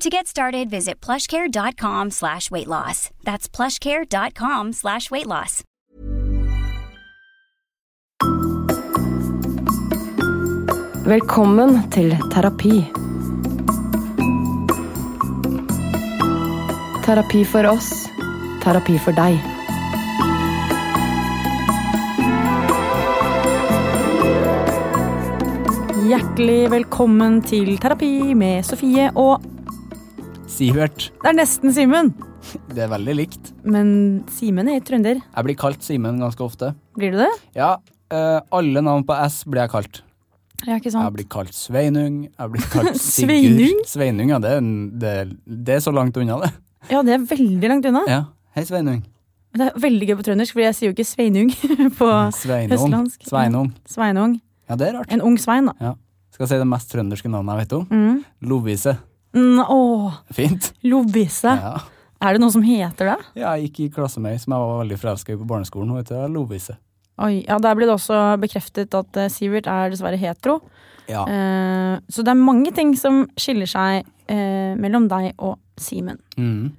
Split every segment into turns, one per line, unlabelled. To get started, visit plushcare.com slash weight loss. That's plushcare.com slash weight loss.
Velkommen til terapi. Terapi for oss. Terapi for deg.
Hjertelig velkommen til terapi med Sofie og
Sivert.
Det er nesten Simen!
Det er veldig likt.
Men Simen er trønder.
Jeg blir kalt Simen ganske ofte.
Blir du det?
Ja, eh, alle navn på S blir jeg kalt.
Ja, ikke
Jeg blir kalt Sveinung. Jeg blir kalt Sigurd.
Sveinung?
Sveinung, ja. Det er, en- det, det er så langt unna, det.
Ja, det er veldig langt unna.
Ja. Hei, Sveinung.
Det er veldig gøy på trøndersk, for jeg sier jo ikke Sveinung på
Sveinung.
østlandsk.
Sveinung.
Sveinung.
Ja, det er rart.
En ung Svein, da.
Skal si det mest trønderske navnet jeg vet om.
Mm.
Lovise.
Mm, åh,
Fint.
Lovise.
Ja.
Er det noen som heter det?
Ja, Jeg gikk i klasse med ei som jeg var veldig forelska i på barneskolen. Hun heter Lovise.
Oi, ja, Der ble det også bekreftet at eh, Sivert er dessverre hetero.
Ja.
Eh, så det er mange ting som skiller seg eh, mellom deg og Simen.
Mm.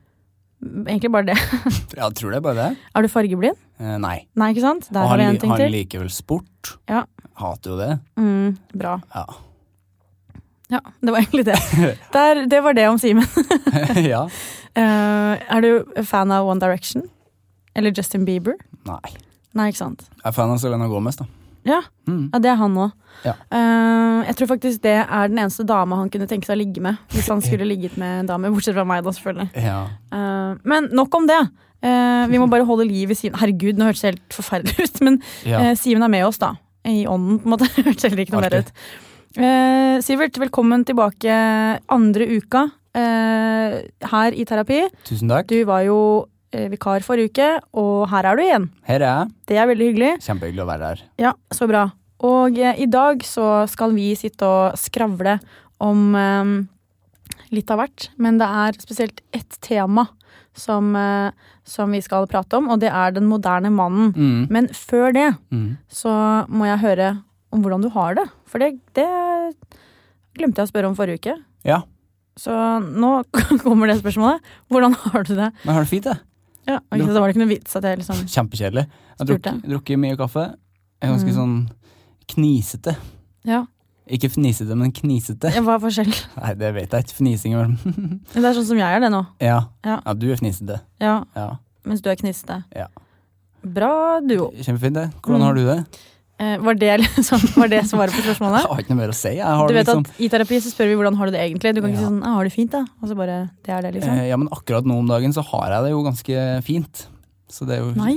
Egentlig bare det.
Ja, tror det er bare det.
Er du fargeblind?
Eh, nei.
Nei, ikke sant? Der
Og
har
han,
vi en
li-
ting
han
til.
liker vel sport.
Ja.
Hater jo det.
Mm, bra.
Ja.
Ja, det var egentlig det. Der, det var det om Simen.
ja.
Eh, er du fan av One Direction? Eller Justin Bieber?
Nei.
Nei, ikke sant.
Jeg er fan av Selena Gomez, da.
Ja,
Mm.
ja det er han òg.
Ja.
jeg tror faktisk det er den eneste dama han kunne tenke seg å ligge med. Hvis han skulle ligget med en dame, bortsett fra meg, da, selvfølgelig.
Ja.
Eh, men nok om det. Eh, vi må bare holde liv i Simen. Herregud, nå hørtes det helt forferdelig ut, men eh, Simen er med oss, da. I ånden, på en måte. Hørtes heller ikke noe bedre
Alltid.
ut. Eh, Sivert, velkommen tilbake andre uka eh, her i terapi.
Tusen takk.
Du var jo eh, vikar forrige uke, og her er du igjen.
Her er jeg.
Det er veldig hyggelig.
Kjempehyggelig å være her.
Ja, så bra. Og eh, i dag så skal vi sitte og skravle om eh, litt av hvert, men det er spesielt ett tema som, eh, som vi skal prate om, og det er den moderne mannen.
Mm.
Men før det
Mm.
så må jeg høre om hvordan du har det, for det, det glemte jeg å spørre om forrige uke.
Ja.
Så nå kommer det spørsmålet. Hvordan har du det?
Men jeg har det fint, jeg.
Ja, og ikke, sant, da var det ikke noe vits at jeg liksom
Kjempekjedelig. Jeg har
Spurte.
drukket, drukket mye kaffe. Jeg er ganske
Mm.
sånn knisete.
Ja,
Ikke fnisete, men knisete.
hva er forskjellen?
Nei, det vet jeg ikke. Fnising er vel
Det er sånn som jeg er det nå.
ja.
Ja.
ja, du er fnisete.
Ja,
Ja.
mens du er kniste.
Ja.
Bra duo.
Kjempefint, det.
Mm.
Hvordan har du det?
Eh, var, det liksom, var det svaret på
Jeg
spørsmålet?
har ikke noe mer å si. Jeg har
Du
det
vet
liksom
at I terapi så spør vi hvordan har du det egentlig. Du kan ikke
Ja.
si sånn, «Ah, har du det fint da? Og så bare, det er det liksom.
eh, Ja, men akkurat nå om dagen så har jeg det jo ganske fint. Så det er jo
Nei,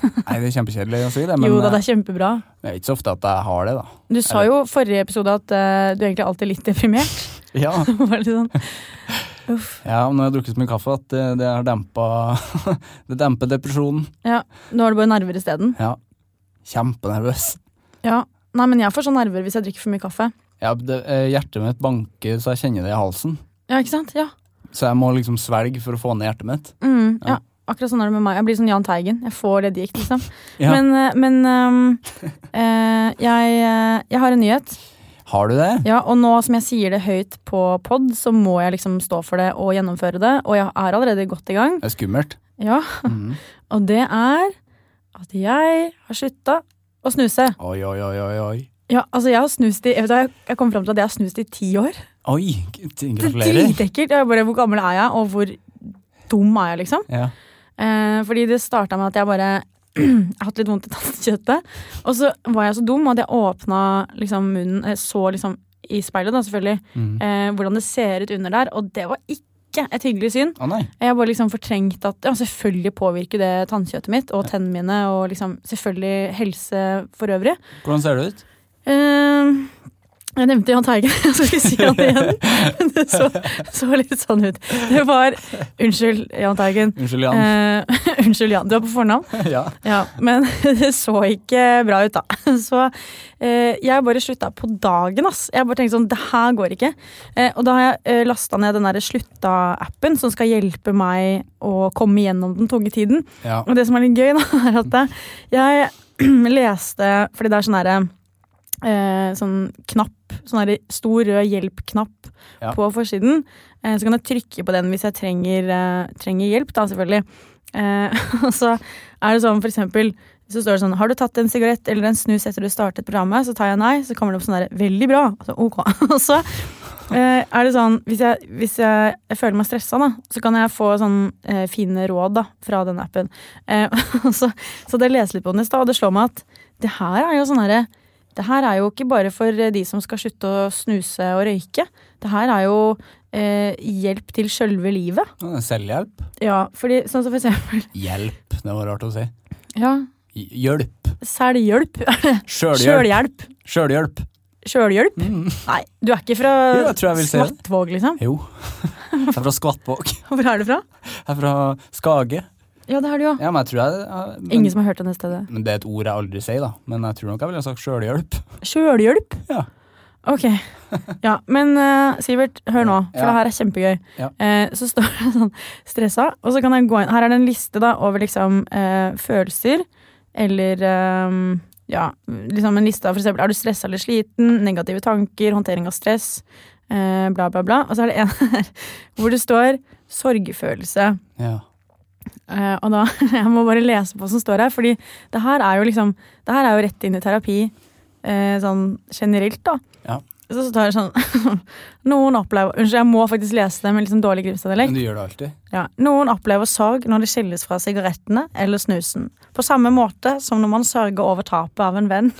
Nei, det er kjempekjedelig å si det, men
jo da, det
eh,
er kjempebra.
det er ikke så ofte at jeg har det, da.
Du sa jo forrige episode at eh, du er egentlig alltid er litt deprimert.
Ja.
Bare litt sånn, uff.
Ja, men jeg har drukket så mye kaffe at det, det har dempa Det demper depresjonen.
Ja, nå har du bare nerver i stedet.
Ja. Kjempenervøs.
Ja, nei, men jeg får sånn nerver hvis jeg drikker for mye kaffe.
Ja, det, eh, hjertet mitt banker så jeg kjenner det i halsen.
Ja, ikke sant? Ja.
Så jeg må liksom svelge for å få ned hjertet mitt.
Mm, ja.
Ja.
Akkurat sånn er det med meg. Jeg blir sånn Jahn Teigen. Jeg får det dikt, liksom.
Ja.
Men, eh, men ehm, eh, jeg, eh, jeg har en nyhet.
Har du det?
Ja, og nå som jeg sier det høyt på pod, så må jeg liksom stå for det og gjennomføre det. Og jeg er allerede godt i gang.
Det er skummelt.
Ja,
Mhm.
Og det er at jeg har slutta å snuse.
Oi, oi, oi, oi. Oi,
Ja, altså jeg har snust i, jeg, vet, hva, jeg kom fram til at jeg har snust i ti år.
oi g-
Det er
gratulerer.
Dritekkelt. Jeg bare, hvor gammel er jeg, og hvor dum er jeg, liksom?
Ja.
Eh, fordi det starta med at jeg bare jeg har hatt litt vondt i tannkjøttet. Og så var jeg så dum at jeg åpna liksom munnen, jeg så liksom i speilet da selvfølgelig,
Mm.
eh, hvordan det ser ut under der, og det var ikke et hyggelig syn.
Å nei.
Jeg bare liksom fortrengte at ja, selvfølgelig påvirker det tannkjøttet mitt og tennene mine og liksom selvfølgelig helse for øvrig.
Hvordan ser det ut?
Eh, jeg nevnte Jahn Teigen, jeg skal ikke si han igjen. Men det så, så litt sånn ut. Det var Unnskyld, Jahn Teigen.
Unnskyld, Jan.
Eh, unnskyld, Jan. Du er på fornavn.
ja.
Ja, Men det så ikke bra ut, da. Så eh, jeg bare slutta på dagen, ass. Jeg bare tenkte sånn, det her går ikke. Eh, og da har jeg eh, lasta ned den derre slutta-appen som skal hjelpe meg å komme gjennom den tunge tiden.
ja.
Og det som er litt gøy, da, er at jeg leste Fordi det er sånn derre Eh, sånn knapp, sånn der stor rød hjelp-knapp
Ja.
på forsiden. Eh, så kan jeg trykke på den hvis jeg trenger, eh, trenger hjelp, da, selvfølgelig. Eh, og så er det sånn, for eksempel, så står det sånn Har du tatt en sigarett eller en snus etter du startet programmet? Så tar jeg nei. Så kommer det opp sånn der Veldig bra. Altså, ok. og så eh, er det sånn Hvis jeg, hvis jeg, jeg føler meg stressa, da, så kan jeg få sånn eh, fine råd da, fra den appen. Eh, og så, så det leser litt på den i stad, og det slår meg at det her er jo sånn herre det her er jo ikke bare for eh, de som skal slutte å snuse og røyke. Det her er jo eh, hjelp til sjølve livet.
Selvhjelp?
Ja, fordi sånn som for eksempel
Hjelp, det var rart å si.
ja,
Hj- Hjelp.
Selvhjelp.
Sjølhjelp.
Sjølhjelp.
Sjølhjelp.
Sjølhjelp?
Mm.
Nei, du er ikke fra
Jo, jeg tror jeg vil si det.
Svartvåg, liksom?
Jo. Jeg er fra Skvattvåg.
Hvor er du fra?
Jeg er fra Skage.
Ja, det er du jo.
Ja, men jeg tror jeg jeg- men,
Ingen som har hørt det stedet.
men Det er et ord jeg aldri sier, da. Men jeg tror nok jeg ville sagt sjølhjelp.
Sjølhjelp?
Ja.
Ok. Ja, men eh, Sivert, hør nå, for
Ja.
det her er kjempegøy.
Ja.
Eh, så står det sånn stressa, og så kan jeg gå inn Her er det en liste da over liksom eh, følelser eller eh, Ja, liksom en liste av for eksempel er du stressa eller sliten, negative tanker, håndtering av stress, eh, bla, bla, bla. Og så er det en her hvor det står sorgfølelse.
Ja.
Eh, og da, Jeg må bare lese på hva som står her, Fordi det her er jo liksom Det her er jo rett inn i terapi eh, sånn generelt, da.
Ja.
Så, så tar jeg sånn Noen opplever Unnskyld, jeg må faktisk lese det med litt sånn dårlig
Men
Grimstad-dialekt.
du gjør det alltid.
Ja. Noen opplever sorg når det skilles fra sigarettene eller snusen. På samme måte som når man sørger over tapet av en venn.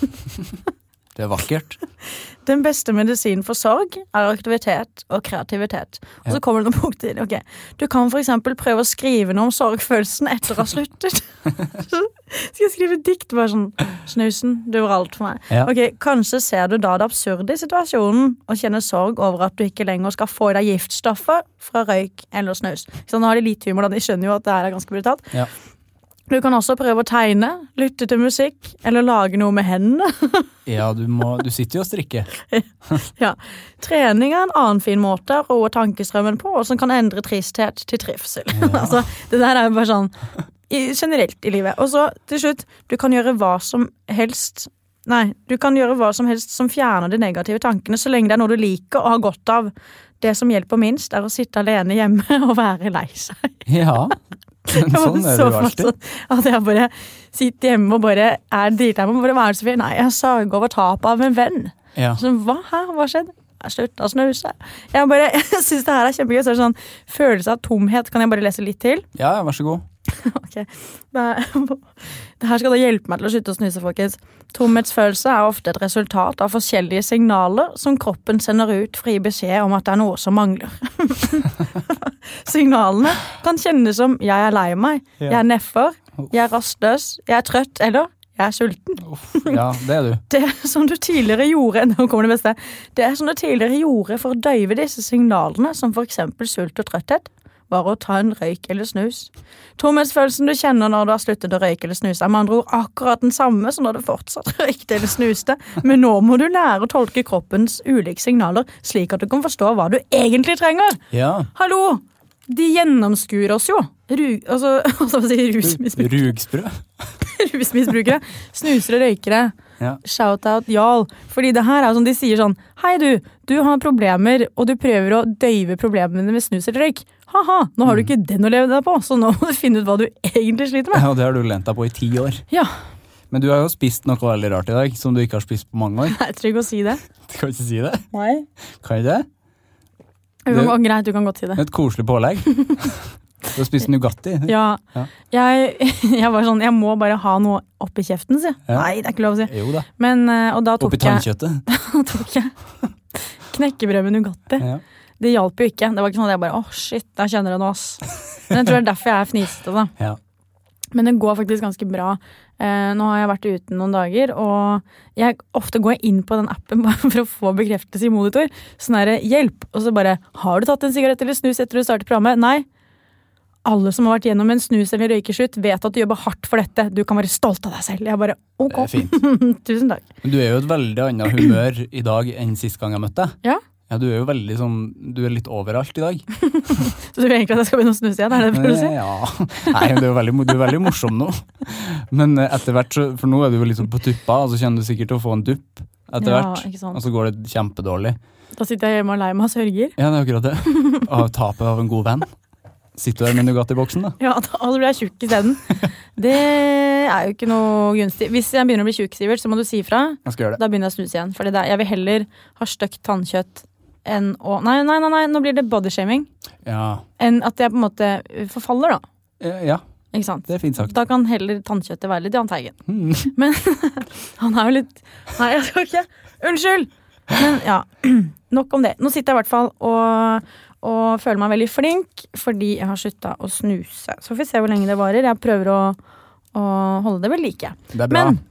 Det er vakkert.
Den beste medisinen for sorg er aktivitet og kreativitet. Og så
Ja.
kommer det noen punkter. Ok, Du kan f.eks. prøve å skrive noe om sorgfølelsen etter å ha sluttet. Skal jeg skrive et dikt? Bare sånn Snusen, du var alt for meg.
Ja.
Ok, Kanskje ser du da det absurde i situasjonen og kjenner sorg over at du ikke lenger skal få i deg giftstoffer fra røyk eller snus. Så nå har de litt humor, da. De skjønner jo at det her er ganske brutalt.
Ja.
Du kan også prøve å tegne, lytte til musikk eller lage noe med hendene.
Ja, du, må, du sitter jo og strikker.
Ja. Trening er en annen fin måte å roe tankestrømmen på, og som kan endre tristhet til trivsel. altså, det der er jo bare sånn i, generelt i livet. Og så til slutt, du kan gjøre hva som helst Nei, du kan gjøre hva som helst som fjerner de negative tankene, så lenge det er noe du liker og har godt av. Det som hjelper minst, er å sitte alene hjemme og være lei seg.
Ja. Men
Jeg var
sånn er
så
det jo alltid.
fortsatt At jeg bare sitter hjemme og bare er drita med bare, Hva er det som skjer? Nei, jeg sørger over tapet av en venn.
Ja.
Så, Altså, hva? Hæ? Hva skjedde? Jeg slutta å snuse. Jeg bare, jeg syns det her er kjempegøy. Så er det sånn, følelse av tomhet. Kan jeg bare lese litt til?
ja, ja, vær så god.
Ok. Det, det her skal da hjelpe meg til å slutte å snuse, folkens. Tomhetsfølelse er ofte et resultat av forskjellige signaler som kroppen sender ut for å gi beskjed om at det er noe som mangler. Signalene kan kjennes som 'jeg er lei meg', 'jeg er nedfor', 'jeg er rastløs', 'jeg er trøtt' eller 'jeg er sulten'
Uff, ja, det er du.
det som du tidligere gjorde Nå kommer det beste. Det som du tidligere gjorde for å døyve disse signalene, som f.eks. sult og trøtthet, var å ta en røyk eller snus. Tomhetsfølelsen du kjenner når du har sluttet å røyke eller snuse, er med andre ord akkurat den samme som når du fortsatt røykte eller snuste, men nå må du lære å tolke kroppens ulike signaler, slik at du kan forstå hva du egentlig trenger.
Ja.
Hallo! De gjennomskuer oss jo. Ru, altså, hva skal man si, rusmisbruk,
Rugsprø.
rusmisbrukere. Snusere, røykere.
Ja.
Shoutout Jarl. Fordi det her er jo sånn de sier sånn Hei du, du har problemer, og du prøver å døyve problemene med snus eller røyk. Ha-ha, nå har du ikke den å leve deg på, så nå må du finne ut hva du egentlig sliter med.
Ja, det har du lent deg på i ti år.
Ja,
Men du har jo spist noe veldig rart i dag, som du ikke har spist på mange år.
jeg trenger ikke å si det.
Du kan ikke si det?
Nei.
Kan jeg det?
Jo, men greit, du kan godt si det.
Et koselig pålegg. Du har spist Nugatti.
Ja.
Ja.
Jeg, jeg var sånn Jeg må bare ha noe oppi kjeften, si.
Ja.
Nei, det er ikke lov å si.
Jo da.
Men, eh, og da tok
Oppi
jeg,
tannkjøttet.
da tok jeg knekkebrød med Nugatti.
Ja.
Det hjalp jo ikke. Det var ikke sånn at jeg bare åh, shit, jeg kjenner det nå, ass. Men jeg tror det er derfor jeg er fnisete, da.
Ja.
Men det går faktisk ganske bra. Eh, nå har jeg vært ute noen dager, og jeg ofte går jeg inn på den appen bare for å få bekreftelse i monitor. Sånn herre, hjelp! Og så bare Har du tatt en sigarett eller snus etter du startet programmet? Nei. Alle som har vært gjennom en snus- eller røykeslutt, vet at du jobber hardt for dette. Du kan være stolt av deg selv. Jeg bare
Det
OK,
er fint.
tusen takk.
Men du er jo i et veldig annet humør i dag enn sist gang jeg møtte deg.
Ja.
Ja, du er jo veldig sånn Du er litt overalt i dag.
Så du vil egentlig at jeg skal begynne å snuse igjen? Er det det du prøver å si?
Ja. Nei, men du er jo veldig, du er veldig morsom nå. Men eh, etter hvert, så- for nå er du jo liksom på tuppa, og så kjenner du sikkert til å få en dupp etter
Ja,
hvert.
ikke sant.
Og så går det kjempedårlig.
Da sitter jeg hjemme og lei meg og sørger.
Ja, det er akkurat det. Av tapet av en god venn. Sitter du der med Nugatti-boksen, da?
Ja, da og så blir jeg tjukk isteden. Det er jo ikke noe gunstig. Hvis jeg begynner å bli tjukk, Sivert, så må du si ifra.
Jeg skal gjøre det.
Da begynner jeg å snuse igjen. Fordi det, er- jeg vil heller ha stygt tannkjøtt enn å Nei, nei, nei, nei nå blir det bodyshaming.
Ja.
Enn at jeg på en måte eh, forfaller, da.
Eh, ja,
Ikke sant?
det er fint sagt.
Da kan heller tannkjøttet være litt Jahn Teigen.
Mm.
Men han er jo litt Nei, jeg skal ikke Unnskyld! Men ja, nok om det. Nå sitter jeg i hvert fall og, og føler meg veldig flink fordi jeg har slutta å snuse. Så får vi se hvor lenge det varer. Jeg prøver å, å holde det ved like.
Det er bra.
Men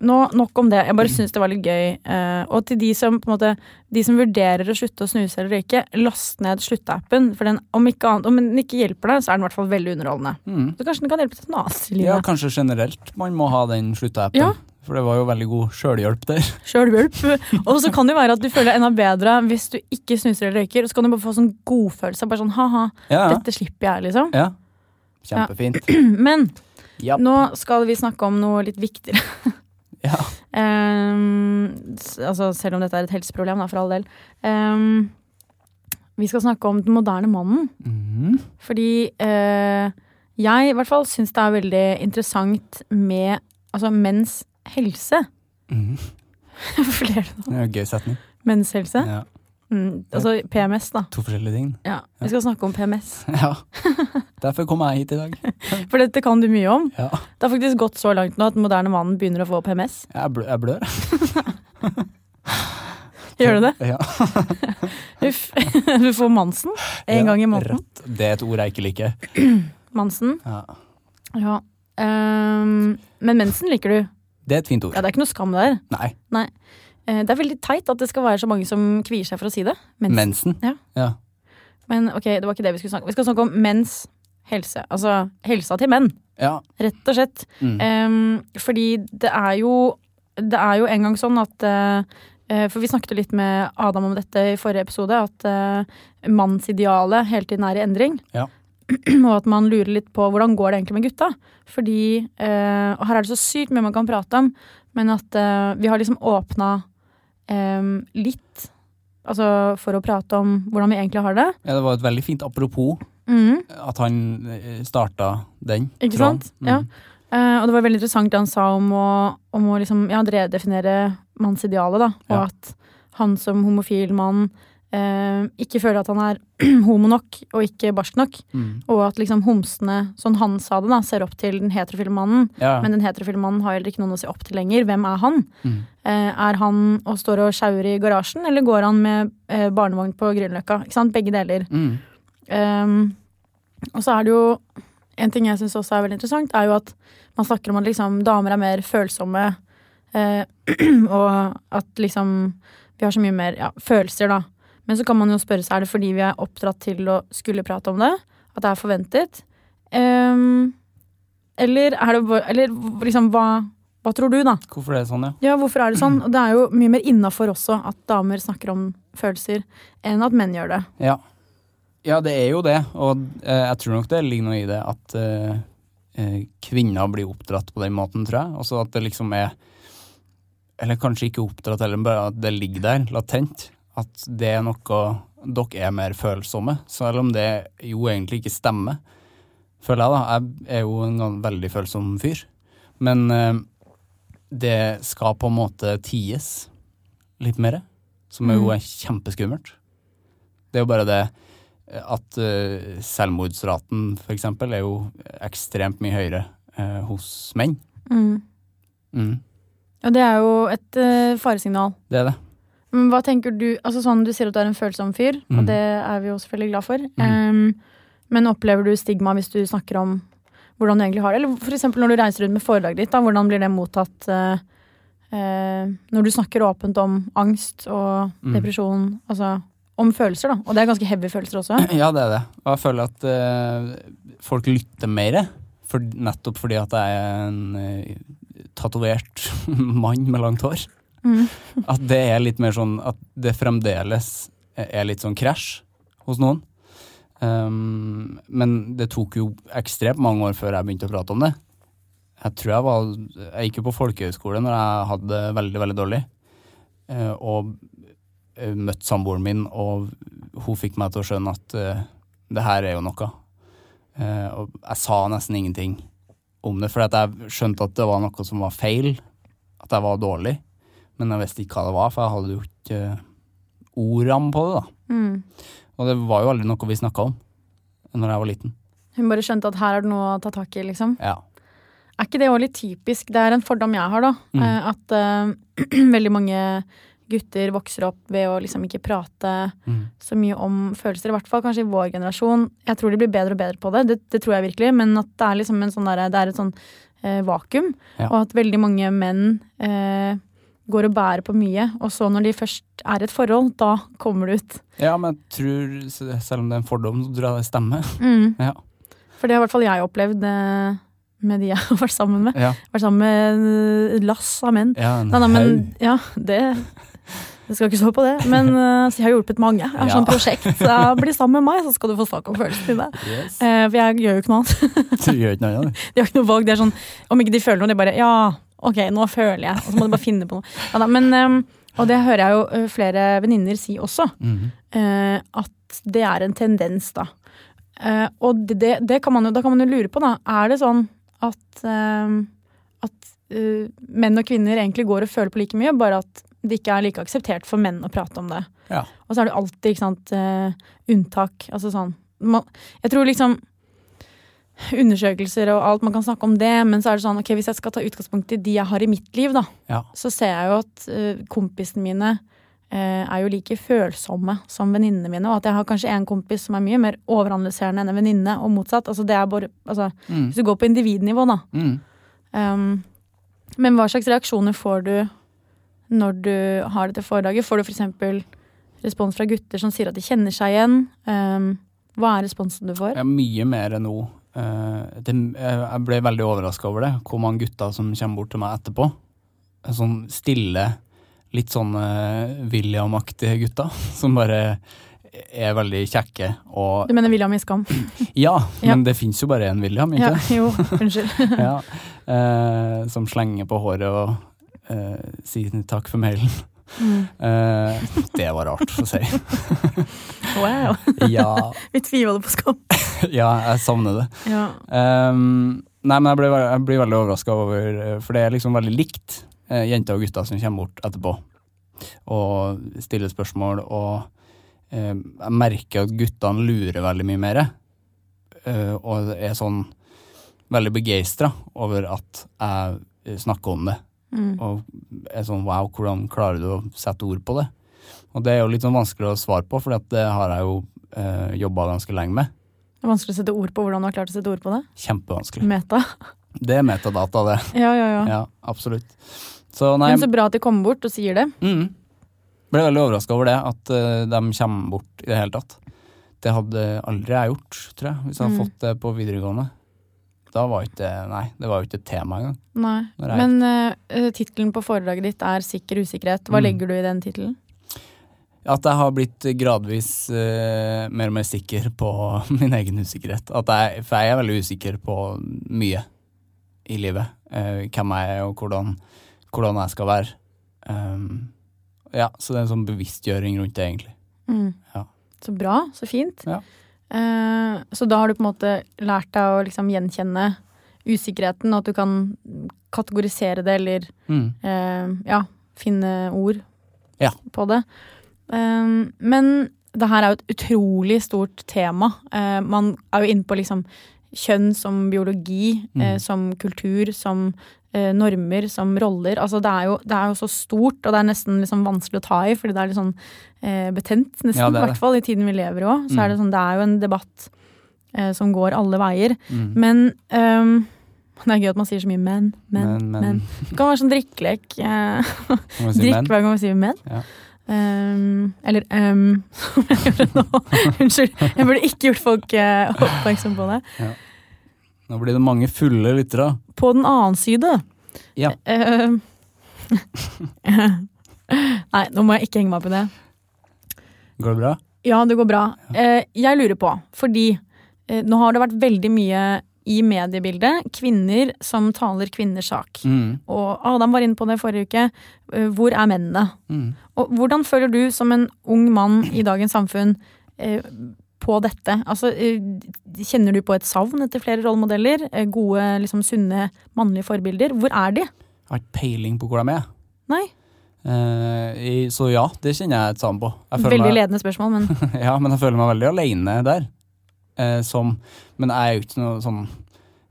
nå, nok om det. Jeg bare syns det var litt gøy. Eh, og til de som, på en måte, de som vurderer å slutte å snuse eller røyke, last ned sluttappen. For den, om, ikke annet, om den ikke hjelper deg, så er den i hvert fall veldig underholdende.
Mm.
Så kanskje den kan hjelpe til noe annet i
Ja,
livet.
kanskje generelt man må ha den slutta-appen.
Ja.
For det var jo veldig god sjølhjelp der.
Sjølhjelp. Og så kan det jo være at du føler deg enda bedre hvis du ikke snuser eller røyker. Og så kan du bare få sånn godfølelse. Bare sånn ha-ha,
Ja, ja.
dette slipper jeg, liksom.
ja. Kjempefint.
Men
Ja.
nå skal vi snakke om noe litt viktigere.
Ja.
Ehm, s- altså, selv om dette er et helseproblem, da, for all del. Ehm, vi skal snakke om den moderne mannen.
Mhm.
Fordi eh, jeg i hvert fall syns det er veldig interessant med altså menns helse.
Mhm.
Flere
Det er en gøy setning.
menns helse.
Ja.
Mm, altså PMS, da.
To forskjellige ting.
Ja, Vi skal snakke om PMS,
Ja. Derfor kom jeg hit i dag.
for dette kan du mye om.
Ja.
Det har faktisk gått så langt nå at den moderne mannen begynner å få PMS.
Jeg, blø, jeg blør.
Gjør du det?
Ja.
Uff. Du får mansen en
Ja,
gang i måneden.
Rett. Det er et ord jeg ikke liker.
Mansen.
Ja.
Ja. Ehm, men mensen liker du.
Det er et fint ord.
Ja, Det er ikke noe skam der.
Nei.
Eh, Det er veldig teit at det skal være så mange som kvier seg for å si det. Mensen.
Mensen.
Ja. Men ok, det var ikke det vi skulle snakke om. Vi skal snakke om menns helse. Altså helsa til menn,
Ja.
rett og slett.
Mm.
Ehm, fordi det er jo Det er jo en gang sånn at eh, eh, For vi snakket jo litt med Adam om dette i forrige episode, at eh, mannsidealet hele tiden er i endring.
Ja.
Og at man lurer litt på hvordan går det egentlig med gutta. Fordi eh, Og her er det så sykt mye man kan prate om, men at eh, vi har liksom åpna em, litt. Altså for å prate om hvordan vi egentlig har det.
ja, det var et veldig fint apropos
Mhm,
at han eh, starta den.
ikke
tråden.
sant? Ja.
Mm.
Eh, og det var veldig interessant det han sa om å, om å liksom, ja, redefinere mannsidealet, da. Og
Ja.
at han som homofil mann eh, ikke føler at han er homo nok og ikke barsk nok.
Mm.
Og at liksom homsene, sånn han sa det, da, ser opp til den heterofile mannen.
Ja.
Men den heterofile mannen har heller ikke noen å se opp til lenger. Hvem er han?
Mm.
Eh, er han og står og sjauer i garasjen, eller går han med eh, barnevogn på Grünerløkka? Ikke sant? Begge deler.
Mm.
Ehm, og så er det jo En ting jeg syns også er veldig interessant, er jo at man snakker om at liksom, damer er mer følsomme, eh, og at liksom Vi har så mye mer ja, følelser, da. Men så kan man jo spørre seg er det fordi vi er oppdratt til å skulle prate om det. At det er forventet. Ehm, eller er det bare- Eller liksom hva, hva tror du, da?
Hvorfor er det sånn, ja?
Ja, hvorfor er det sånn? Og det er jo mye mer innafor også at damer snakker om følelser enn at menn gjør det.
Ja. ja, det er jo det, og eh, jeg tror nok det ligger noe i det at eh, eh, kvinner blir oppdratt på den måten, tror jeg. Altså at det liksom er Eller kanskje ikke oppdratt heller, men bare at det ligger der, latent. At det er noe Dere er mer følsomme, selv om det jo egentlig ikke stemmer, føler jeg, da. Jeg er jo en gan- veldig følsom fyr. Men eh, det skal på en måte ties litt mer, som er jo
Mm.
er kjempeskummelt. Det er jo bare det at eh, selvmordsraten f.eks. er jo ekstremt mye høyere eh, hos menn.
Mm.
Mm,
Og det er jo et eh, faresignal.
det er det.
Men hva tenker du, altså sånn Du sier at du er en følsom fyr,
Mm.
og det er vi jo selvfølgelig glad for. Em, men opplever du stigma hvis du snakker om hvordan du egentlig har det? Eller f.eks. når du reiser rundt med forlaget ditt, da, hvordan blir det mottatt eh, eh, når du snakker åpent om angst og
Mm.
depresjon? Altså om følelser, da. Og det er ganske heavy følelser også.
Ja, det er det. Og jeg føler at eh, folk lytter mer, for, nettopp fordi at jeg er en eh, tatovert mann med langt hår.
Mm.
At det er litt mer sånn at det fremdeles er litt sånn krasj hos noen. Um, men det tok jo ekstremt mange år før jeg begynte å prate om det. Jeg tror jeg var Jeg gikk jo på folkehøyskole når jeg hadde det veldig, veldig dårlig. eh, og eh, møtte samboeren min, og hun fikk meg til å skjønne at eh, det her er jo noe. Eh, og jeg sa nesten ingenting om det, for at jeg skjønte at det var noe som var feil. At jeg var dårlig. Men jeg visste ikke hva det var, for jeg hadde jo ikke eh, ordene på det. da.
Mm.
Og det var jo aldri noe vi snakka om når jeg var liten.
Hun bare skjønte at her er det noe å ta tak i, liksom.
Ja.
Er ikke det også litt typisk? Det er en fordom jeg har, da.
Mm.
eh, At eh, veldig mange gutter vokser opp ved å liksom ikke prate
Mm.
så mye om følelser. I hvert fall kanskje i vår generasjon. Jeg tror de blir bedre og bedre på det, det, det tror jeg virkelig. Men at det er liksom en sånn derre- det er et sånn eh, vakuum.
Ja.
Og at veldig mange menn eh, går og bærer på mye. Og så når de først er i et forhold, da kommer det ut.
ja, men jeg tror, s- selv om det er en fordom, så tror jeg det stemmer.
Mm.
Ja.
For det har i hvert fall jeg opplevd eh, med de jeg har vært sammen med.
Ja,
Vært sammen med eh, lass av menn.
ja en
Nei, nei, men
haug.
ja, det Jeg skal ikke stå på det, men eh, så jeg har hjulpet mange. Jeg har
Ja.
sånn prosjekt. Så jeg blir sammen med meg, så skal du få snakke om følelsene dine.
Yes.
Eh, for jeg gjør jo ikke noe annet.
Du gjør ikke noe annet, du.
De har ikke noe valg. Det er sånn, om ikke de føler noe, det er bare Ja, ok, nå føler jeg. Og så må de bare finne på noe. Ja, da, men, eh, og det hører jeg jo eh, flere venninner si også,
Mhm.
eh, at det er en tendens, da. Eh, og det, det, det kan man jo, da kan man jo lure på, da. Er det sånn at, eh, at eh, menn og kvinner egentlig går og føler på like mye, bare at det ikke er like akseptert for menn å prate om det?
Ja.
Og så er det alltid ikke sant, eh, unntak. Altså sånn man, Jeg tror liksom Undersøkelser og alt, man kan snakke om det, men så er det sånn, ok, hvis jeg skal ta utgangspunkt i de jeg har i mitt liv, da,
Ja.
så ser jeg jo at eh, kompisene mine eh, er jo like følsomme som venninnene mine, og at jeg har kanskje en kompis som er mye mer overanalyserende enn en venninne, og motsatt. Altså det er bare, altså,
Mm.
hvis du går på individnivå, da.
Mm.
Um, men hva slags reaksjoner får du når du har dette foredraget? Får du f.eks. respons fra gutter som sier at de kjenner seg igjen? Um, hva er responsen du får?
Ja, mye mer enn nå. Eh, det, eh, jeg ble veldig overraska over det, hvor mange gutter som kommer bort til meg etterpå. Sånn stille, litt sånn eh, William-aktige gutter, som bare er veldig kjekke og
Du mener William i Skam?
Ja,
Ja.
men det fins jo bare én William,
Ja,
ikke
jo, unnskyld.
Ja. Eh, som slenger på håret og eh, sier takk for mailen.
Mm.
Eh, det var rart å si.
Wow.
Ja,
Vi tviholder på Skam.
ja, jeg savner det.
Ja.
Ehm, nei, men jeg blir, ve- jeg blir veldig overraska over eh, For det er liksom veldig likt eh, jenter og gutter som kommer bort etterpå og stiller spørsmål, og eh, jeg merker at guttene lurer veldig mye mer. eh, og er sånn veldig begeistra over at jeg eh, snakker om det.
Mm.
Og er sånn wow, hvordan klarer du å sette ord på det? Og det er jo litt sånn vanskelig å svare på, for det har jeg jo eh, jobba ganske lenge med.
Det er vanskelig å sette ord på hvordan du har klart å sette ord på det.
Kjempevanskelig.
Meta.
Det er metadata, det.
Ja, ja, ja.
Ja, absolutt. Så nei,
Men så bra at de kommer bort og sier det.
mm, ble veldig overraska over det, at eh, de kommer bort i det hele tatt. Det hadde aldri jeg gjort, tror jeg, hvis jeg hadde
Mm.
fått det på videregående. Da var ikke det Nei, det var jo ikke et tema engang.
Nei.
Når det er-
Men uh, tittelen på foredraget ditt er 'Sikker usikkerhet'. Hva
Mm.
legger du i den tittelen?
At jeg har blitt gradvis eh, mer og mer sikker på min egen usikkerhet. At jeg, for jeg er veldig usikker på mye i livet. Eh, hvem jeg er, og hvordan, hvordan jeg skal være. Um, ja, så det er en sånn bevisstgjøring rundt det, egentlig.
Mm.
Ja.
Så bra, så fint.
Ja.
Eh, så da har du på en måte lært deg å liksom gjenkjenne usikkerheten, og at du kan kategorisere det, eller
Mm.
eh, ja, finne ord
Ja.
på det. Eh, men det her er jo et utrolig stort tema. Eh, man er jo inne på liksom kjønn som biologi, eh,
Mm.
som kultur, som eh, normer, som roller. Altså det er, jo, det er jo så stort, og det er nesten liksom vanskelig å ta i, fordi det er litt sånn eh, betent, nesten.
Ja,
I
det er det.
hvert fall i tiden vi lever i òg. Så
Mm.
er det sånn, det er jo en debatt eh, som går alle veier.
Mm.
Men ehm, det er gøy at man sier så mye men, men, men. Det kan være sånn drikkelek. Eh,
Kan man si
Drikk
men?
hver gang vi sier men.
Ja.
Ehm, eller ehm, som jeg gjorde nå. Unnskyld. Jeg burde ikke gjort folk eh, oppmerksom på det.
Nå blir det mange fulle lyttere.
På den annen side
Ja.
ehm, Nei, nå må jeg ikke henge meg opp i det.
Går det bra?
Ja, det går bra. Eh, jeg lurer på, fordi eh, nå har det vært veldig mye i mediebildet kvinner som taler kvinners sak.
Mm.
Og Adam var inne på det forrige uke. Eh, Hvor er mennene?
Mm.
Og hvordan føler du som en ung mann i dagens samfunn eh, på dette? Altså, eh, kjenner du på et savn etter flere rollemodeller? Eh, gode, liksom, sunne mannlige forbilder? Hvor er de?
Jeg har ikke peiling på hvor de er.
Nei,
Eh, i- så ja, det kjenner jeg et savn på. Jeg føler
Veldig
meg-
ledende spørsmål, men
Ja, men jeg føler meg veldig alene der. Eh, som, men jeg er jo ikke noe sånn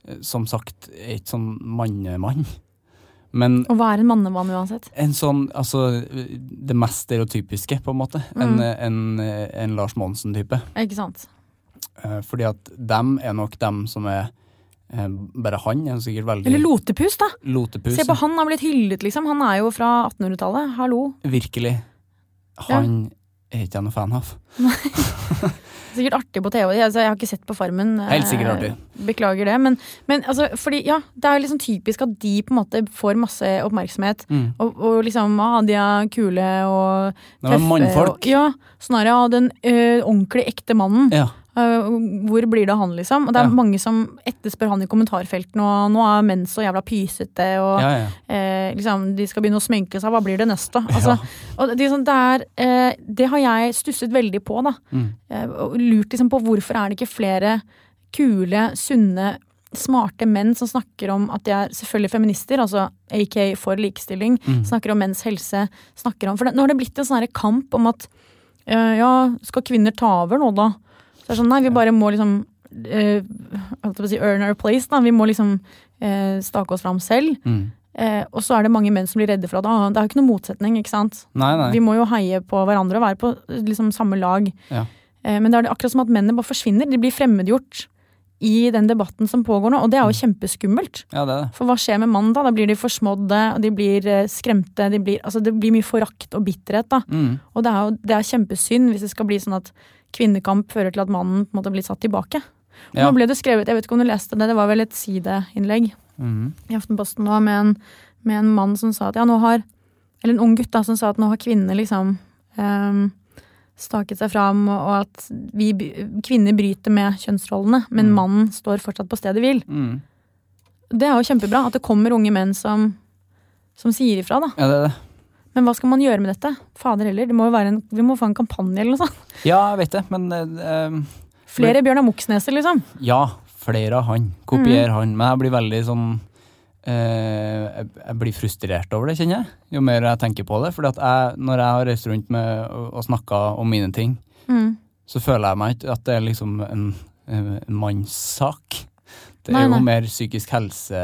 eh, Som sagt, jeg er ikke sånn mannemann. Men
å være en mannemann uansett.
en sånn, altså det mest stereotypiske, på en måte. En,
Mm.
en, en Lars Monsen-type.
Ikke sant?
Eh, fordi at dem er nok dem som er eh, Bare han er jo sikkert veldig
Eller Lotepus, da!
lotepus.
Se på han, han har blitt hyllet, liksom. Han er jo fra 1800-tallet. Hallo.
Virkelig. Han er ikke jeg noe fan av.
Sikkert artig på TV. Altså, jeg har ikke sett på Farmen. eh,
Helt sikkert artig.
Beklager det. Men, men altså, fordi, ja, det er liksom typisk at de på en måte får masse oppmerksomhet.
Mm.
Og, og liksom, ah, de er kule og
De er mannfolk.
og- Ja, snarere av den ø, ordentlig ekte mannen.
Ja.
Ø, hvor blir det av han, liksom? Og det
Ja.
er mange som etterspør han i kommentarfeltene, og nå er menn så jævla pysete, og
ja, ja.
eh, liksom, de skal begynne å sminke seg, hva blir det neste? Altså,
Ja.
og det, er sånn, det, er, eh, det har jeg stusset veldig på, da.
Mm.
Eh, og lurt liksom på hvorfor er det ikke flere kule, sunne, smarte menn som snakker om at de er selvfølgelig feminister, altså AK for likestilling,
Mm.
snakker om menns helse, snakker om For det, nå har det blitt en sånn her kamp om at eh, ja, skal kvinner ta over nå, da? Så det er sånn, nei, vi bare må liksom eh, holdt jeg på å si earn our place, da. Vi må liksom eh, stake oss fram selv.
Mm.
Eh, og så er det mange menn som blir redde for at ah, det er jo ikke noe motsetning, ikke sant.
Nei, nei.
Vi må jo heie på hverandre og være på eh, liksom, samme lag.
Ja.
Eh, men det er akkurat som at mennene bare forsvinner. De blir fremmedgjort i den debatten som pågår nå, og det er
Mm.
jo kjempeskummelt.
Ja, det er det.
For hva skjer med mannen da? Da blir de forsmådde, og de blir eh, skremte. De blir, altså, det blir mye forakt og bitterhet, da.
Mm.
Og det er jo det er kjempesynd hvis det skal bli sånn at kvinnekamp fører til at mannen på en måte blir satt tilbake. Og
Ja.
Nå ble det skrevet, jeg vet ikke om du leste det, det var vel et sideinnlegg
Mhm.
i Aftenposten nå med en, med en mann som sa at ja, nå har Eller en ung gutt da, som sa at nå har kvinnene liksom ehm, staket seg fram, og, og at vi, by- kvinner bryter med kjønnsrollene, men
Mm.
mannen står fortsatt på stedet hvil.
Mm.
Det er jo kjempebra at det kommer unge menn som, som sier ifra, da.
Ja, det er det.
Men hva skal man gjøre med dette? Fader heller, det må jo være en, vi må få en kampanje eller noe sånt.
Ja, jeg vet det, men eh, eh,
Flere Bjørnar Moxneser, liksom.
Ja, flere av han.
Mm.
Kopier han. Men jeg blir veldig sånn eh, jeg, jeg blir frustrert over det, kjenner jeg. Jo mer jeg tenker på det. For når jeg har reist rundt med, og, og snakka om mine ting,
Mm.
så føler jeg meg ikke at det er liksom en, eh, en mannssak. Det er
Nei, nei.
jo mer psykisk helse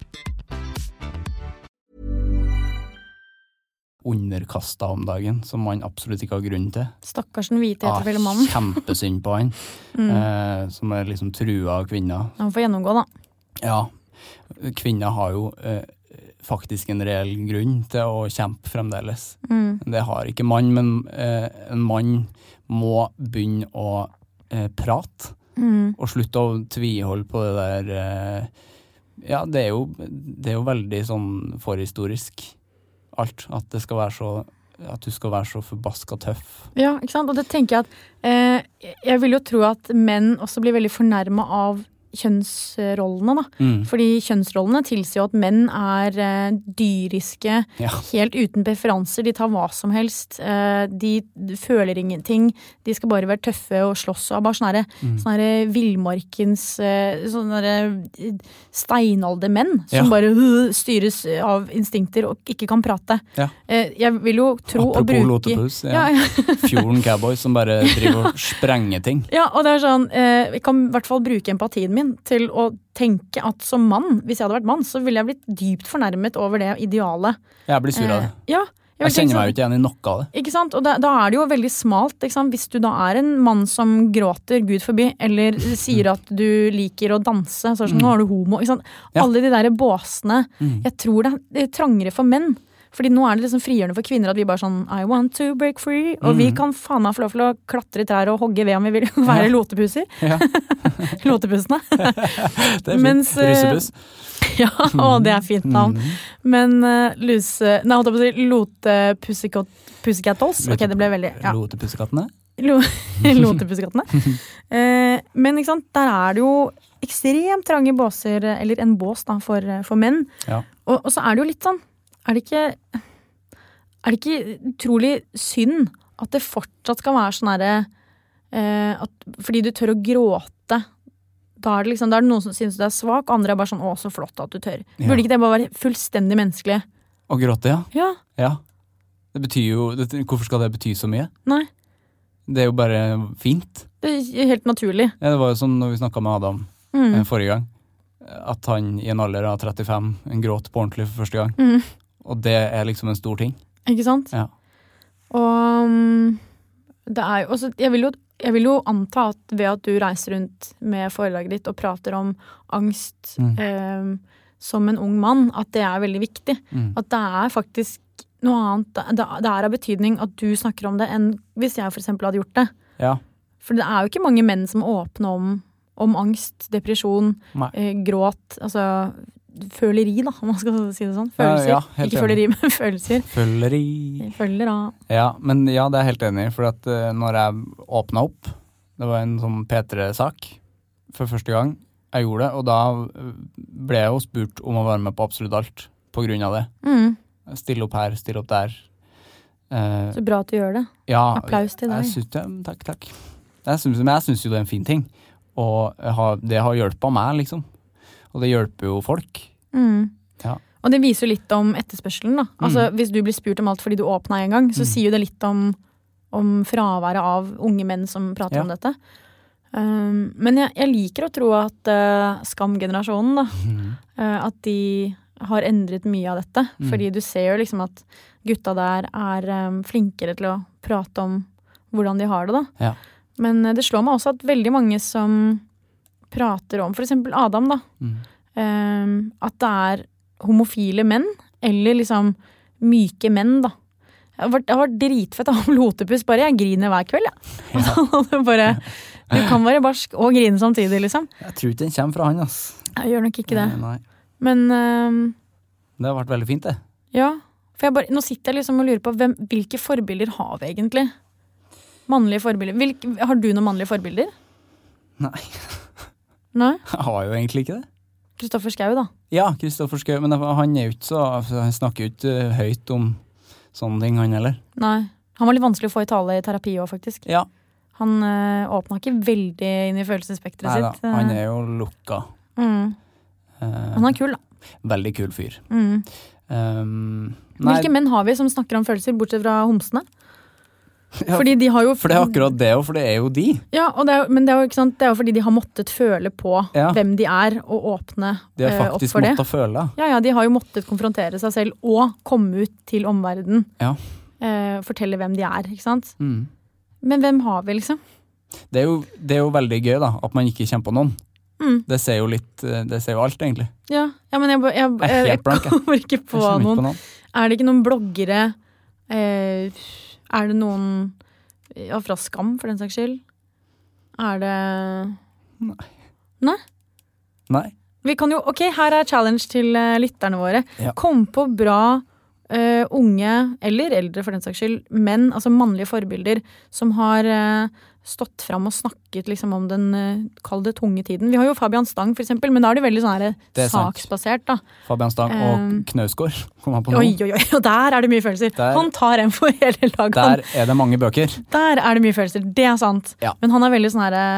underkasta om dagen, som man absolutt ikke har grunn til.
Stakkars den hvite
Ah,
heterofile mannen.
Kjempesynd på han, eh, som er liksom trua av kvinner.
Han får gjennomgå, da.
Ja, kvinner har jo eh, faktisk en reell grunn til å kjempe fremdeles.
Mm.
Det har ikke mann, men eh, en mann må begynne å eh, prate,
Mm.
og slutte å tviholde på det der eh, Ja, det er, jo, det er jo veldig sånn forhistorisk, alt. At det skal være så at du skal være så forbaska tøff.
Ja, ikke sant? Og det tenker jeg at eh, Jeg vil jo tro at menn også blir veldig fornærma av kjønnsrollene, da. Fordi kjønnsrollene tilsier jo at menn er eh, dyriske,
Ja.
helt uten preferanser. De tar hva som helst. Eh, de føler ingenting. De skal bare være tøffe og slåss og bare sånne, mm. sånne villmarkens eh, Sånne derre steinaldermenn som
Ja.
bare øh, styres av instinkter og ikke kan prate.
Ja.
Eh, jeg vil jo tro å
Apropos
bruke
lotepus. Ja.
ja, ja.
Fjorden Cowboys som bare driver og sprenger ting.
Ja, og det er sånn, eh, Jeg kan i hvert fall bruke empatien min til å tenke at som mann, hvis jeg hadde vært mann, så ville jeg blitt dypt fornærmet over det idealet.
Jeg blir sur av
Eh,
det.
ja, jeg
Jeg
vil tenke
kjenner meg
sånn,
jo ikke igjen i noe av det.
ikke sant? Og da, da er det jo veldig smalt. Ikke sant? Hvis du da er en mann som gråter gud forbi, eller
Mm.
sier at du liker å danse, så er det sånn, nå er du homo. Ikke sant?
Ja. Mm.
Alle de der båsene. Jeg tror det er- det er trangere for menn. Fordi nå er det liksom frigjørende for kvinner at vi bare sånn I want to break free. Og vi kan faen meg få lov til å klatre i trær og hogge ved om vi vil være lotepuser.
Mm. Ja.
Låtepustene.
Det er fint.
Mens, eh,
Russebuss.
ja, å, det er fint navn.
Mm.
Men uh, luse... Nei, holdt jeg på å si lotepussycat- pussycat dolls. Ok, det ble veldig ja.
Lotepussekattene?
Lo- Lotepussekattene. Eh, men ikke sant, der er det jo ekstremt trange båser, eh, eller en bås da, for, eh, for menn.
Ja.
Og, og så er det jo litt sånn Er det ikke Er det ikke utrolig synd at det fortsatt skal være sånn herre eh, at Fordi du tør å gråte. Da er det liksom, da er det noen som syns du er svak, og andre er bare sånn 'Å, så flott at du tør'.
Ja.
Burde ikke det bare være fullstendig menneskelig?
Og gråte, ja.
Ja.
ja. Det betyr jo det, Hvorfor skal det bety så mye?
Nei.
Det er jo bare fint.
Det er helt naturlig.
Ja, det var jo som når vi snakka med Adam
Mm.
eh, forrige gang. At han i en alder av 35 gråt på ordentlig for første gang.
Mm.
Og det er liksom en stor ting.
Ikke sant?
Ja.
Og mm, det er jo også, jeg, vil jo, jeg vil jo anta at ved at du reiser rundt med forlaget ditt og prater om angst
Mm.
eh, som en ung mann, at det er veldig viktig.
Mm.
At det er faktisk noe annet Det, det er av betydning at du snakker om det, enn hvis jeg f.eks. hadde gjort det.
Ja.
For det er jo ikke mange menn som er åpne om, om angst, depresjon,
Nei.
eh, gråt, altså føleri, da, om man skal si det sånn.
Ja,
Følelser.
ja, helt
ikke
enig.
føleri, men følelser.
Føleri.
Følger av
Ja, men ja, det er jeg helt enig i. For at eh, når jeg åpna opp, det var en sånn P3-sak for første gang jeg gjorde det, og da eh, ble jeg jo spurt om å være med på absolutt alt på grunn av det.
Mm,
Stille opp her, stille opp der. Eh,
så bra at du gjør det.
ja,
Applaus til
jeg
deg.
syns det, takk, takk. Jeg syns, men jeg syns jo det er en fin ting, og jeg har- det har hjulpet meg, liksom. Og det hjelper jo folk.
Mm.
Ja. Mm.
Og det viser jo litt om etterspørselen. da. Altså, Hvis du blir spurt om alt fordi du åpna en gang, så sier jo det litt om, om fraværet av unge menn som prater
Ja.
om dette. Um, men jeg, jeg liker å tro at eh, skamgenerasjonen, da,
Mm.
eh, at de har endret mye av dette. Fordi du ser jo liksom at gutta der er eh, flinkere til å prate om hvordan de har det, da.
Ja.
Men eh, det slår meg også at veldig mange som prater om f.eks. Adam, da.
Mm.
eh, at det er homofile menn, eller liksom myke menn, da. Det var, det var dritfett å ha med Lotepus, bare jeg griner hver kveld, jeg. Og det bare, du kan være barsk og grine samtidig, liksom.
Jeg tror ikke den kommer fra han, ass.
Jeg gjør nok ikke det.
Nei.
Men eh,
Det har vært veldig fint, det.
ja. For jeg bare, nå sitter jeg liksom og lurer på hvem, hvilke forbilder har vi egentlig? Mannlige forbilder. Hvilk, har du noen mannlige forbilder?
Nei,
Nei?
jeg har jo egentlig ikke det.
Kristoffer Schau, da.
Ja, Kristoffer Schau, men han, er jo ikke så, altså, han snakker jo ikke eh, høyt om sånne ting, han heller.
Nei. Han var litt vanskelig å få i tale i terapi òg, faktisk.
Ja,
Han øh, åpna ikke veldig inn i følelsesspekteret
nei da,
sitt. eh.
han er jo lukka.
Mm.
Eh,
Han er kul, da.
veldig kul fyr.
Mm.
Um, nei,
Hvilke menn har vi som snakker om følelser, bortsett fra homsene?
Ja,
Fordi de har jo
For det er akkurat det òg, for det er jo de.
Ja, og det er, jo- men det er, jo, ikke sant? det er jo fordi de har måttet føle på
Ja.
hvem de er, og åpne
De har
eh, opp
faktisk
for det.
måttet føle.
Ja, ja, de har jo måttet konfrontere seg selv og komme ut til omverdenen.
Ja.
Eh, fortelle hvem de er, ikke sant.
Mm.
Men hvem har vi, liksom?
Det, er jo, det er jo veldig gøy, da, at man ikke kjenner på noen.
Mm.
Det sier jo litt eh, Det sier jo alt, egentlig.
Ja, ja men jeg, ba- jeg,
Jeg er
jeg,
helt
jeg
blank, jeg.
kommer ikke
Jeg
på
kjenner ikke
noen.
på noen.
Er det ikke noen bloggere eh, Er det noen ja, fra Skam, for den saks skyld? Er det
Nei.
Vi kan jo, ok, Her er challenge til eh, lytterne våre.
Ja.
Kom på bra eh, unge, eller eldre for den saks skyld, menn, altså mannlige forbilder, som har eh, stått fram og snakket liksom, om den eh, kall det tunge tiden. Vi har jo Fabian Stang, for eksempel, men da er det veldig sånn her,
Det er sant.
saksbasert. da.
Fabian Stang og
Um,
Knausgård kom jeg på nå.
Oi, oi, oi, og der er det mye følelser!
Der-
Han tar en for hele laget. han.
Der er det mange bøker.
Der er det mye følelser, det er sant.
Ja.
Men han er veldig sånn herre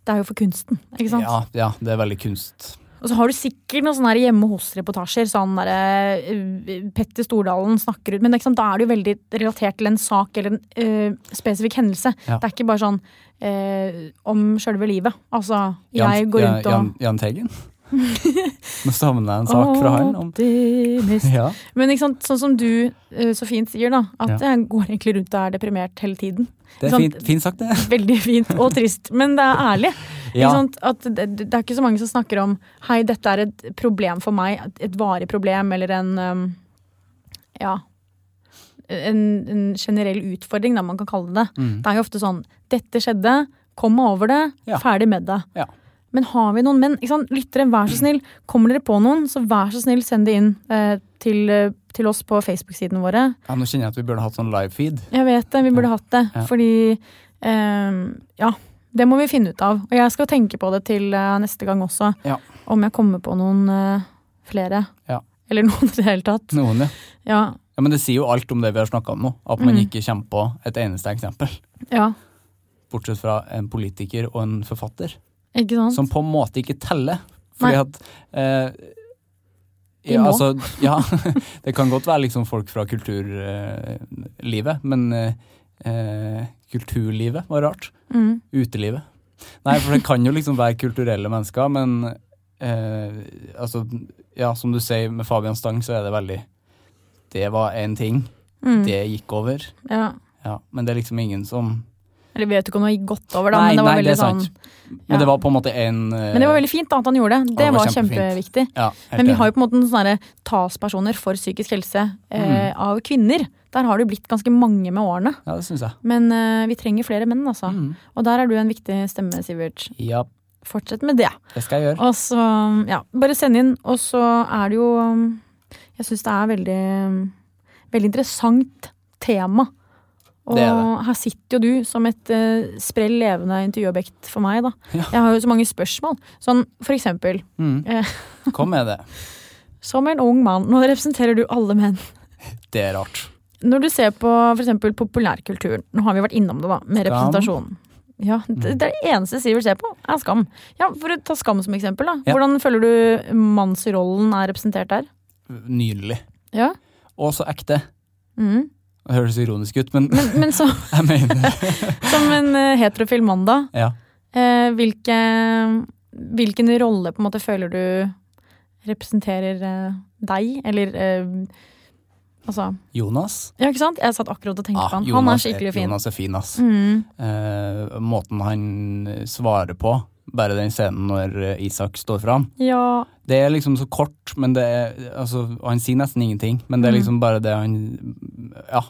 Det er jo for kunsten, ikke sant.
Ja, ja, det er veldig kunst.
Og så har du sikkert noen sånne her hjemme hos-reportasjer. Sånn der, eh, Petter Stordalen snakker ut Men ikke sant? da er det jo veldig relatert til en sak eller en eh, spesifikk hendelse.
Ja.
Det er ikke bare sånn eh, om sjølve livet. Altså,
Jan-
jeg går rundt og
Jan, Jan, Jan Teigen? Nå savner jeg en sak fra han om
Optimist.
ja.
Men ikke sant, sånn som du eh, så fint sier, da. At
Ja.
jeg går egentlig rundt og er deprimert hele tiden.
Det er
Sånn-
fint, fint sagt, det.
Veldig fint og trist, men det er ærlig.
Ja.
Ikke sant? At det, det er ikke så mange som snakker om Hei, dette er et problem for meg, et- et varig problem, eller en um, Ja. En, en generell utfordring, da man kan kalle det.
Mm.
Det er jo ofte sånn Dette skjedde, kom meg over det,
Ja.
ferdig med det.
Ja.
Men har vi noen menn? Ikke sant? Lyttere, vær så snill. Kommer dere på noen, så vær så snill, send det inn eh, til, eh, til oss på Facebook-sidene våre.
Ja, nå kjenner jeg at vi burde hatt sånn live-feed.
Jeg vet det, vi burde hatt det.
Ja.
Fordi ehm, Ja. Det må vi finne ut av. Og jeg skal tenke på det til eh, neste gang også.
Ja.
Om jeg kommer på noen eh, flere.
Ja. Mm.
Eller noen i det hele tatt.
Noen, ja.
Ja.
ja. Men det sier jo alt om det vi har snakka om nå. At man
Mm.
ikke kommer på et eneste eksempel.
ja.
Bortsett fra en politiker og en forfatter.
Ikke sant?
Som på en måte ikke teller. Fordi
Sånn. Nei.
at eh,
De
ja,
må.
altså, ja, det kan godt være liksom folk fra kulturlivet, men eh, eh, kulturlivet var rart.
Mm.
Utelivet. Nei, for det kan jo liksom være kulturelle mennesker, men eh, altså, ja, som du sier med Fabian Stang, så er det veldig Det var én ting,
Mm.
det gikk over.
Ja.
Ja, men det er liksom ingen som
Eller vi vet jo ikke om det gikk godt over, da. men det var veldig sånn
Men
ja.
det var på en måte en eh,
Men det var veldig fint da, at han gjorde det. Det
det var
var
kjempefint.
kjempeviktig.
ja, helt
Men vi
enig.
har jo på en måte noen sånne her talspersoner for psykisk helse
Mm.
eh, av kvinner. Der har det jo blitt ganske mange med årene.
Ja, det syns jeg.
Men eh, vi trenger flere menn, altså.
Mm.
Og der er du en viktig stemme, Sivert.
Ja,
Fortsett med det.
det skal jeg gjøre.
Og så, ja, bare send inn. Og så er det jo um, Jeg syns det er veldig um, Veldig interessant tema. Og
Det er det.
her sitter jo du som et eh, sprell levende intervjuobjekt for meg, da.
Ja.
Jeg har jo så mange spørsmål. Sånn for eksempel, Eh.
Mm. Kom med det.
som en ung mann, nå representerer du alle menn.
Det er rart.
Når du ser på for eksempel populærkulturen, nå har vi vært innom det da,
Skam.
med
Mm.
representasjon. Ja, det, det er det eneste Sivert ser på, er skam. Ja, For å ta skam som eksempel, da.
Ja.
Hvordan føler du mannsrollen er representert der?
Nydelig.
Ja.
Og så ekte.
Mm.
Det høres ironisk ut, men
Men, men så,
jeg mener det.
som en eh, heterofil mann, da.
Ja.
Eh, hvilke, hvilken rolle på en måte føler du representerer eh, deg, eller eh, Altså,
Jonas.
ja, ikke sant? Jeg satt akkurat og tenkte
Ja,
på han. han
Ah,
er
Jonas
skikkelig fin.
Jonas er fin, ass.
Mm.
Eh, måten han svarer på, bare den scenen når eh, Isak står fram.
Ja.
Det er liksom så kort, men det er altså, og Han sier nesten ingenting, men det er
Mm.
liksom bare det han Ja.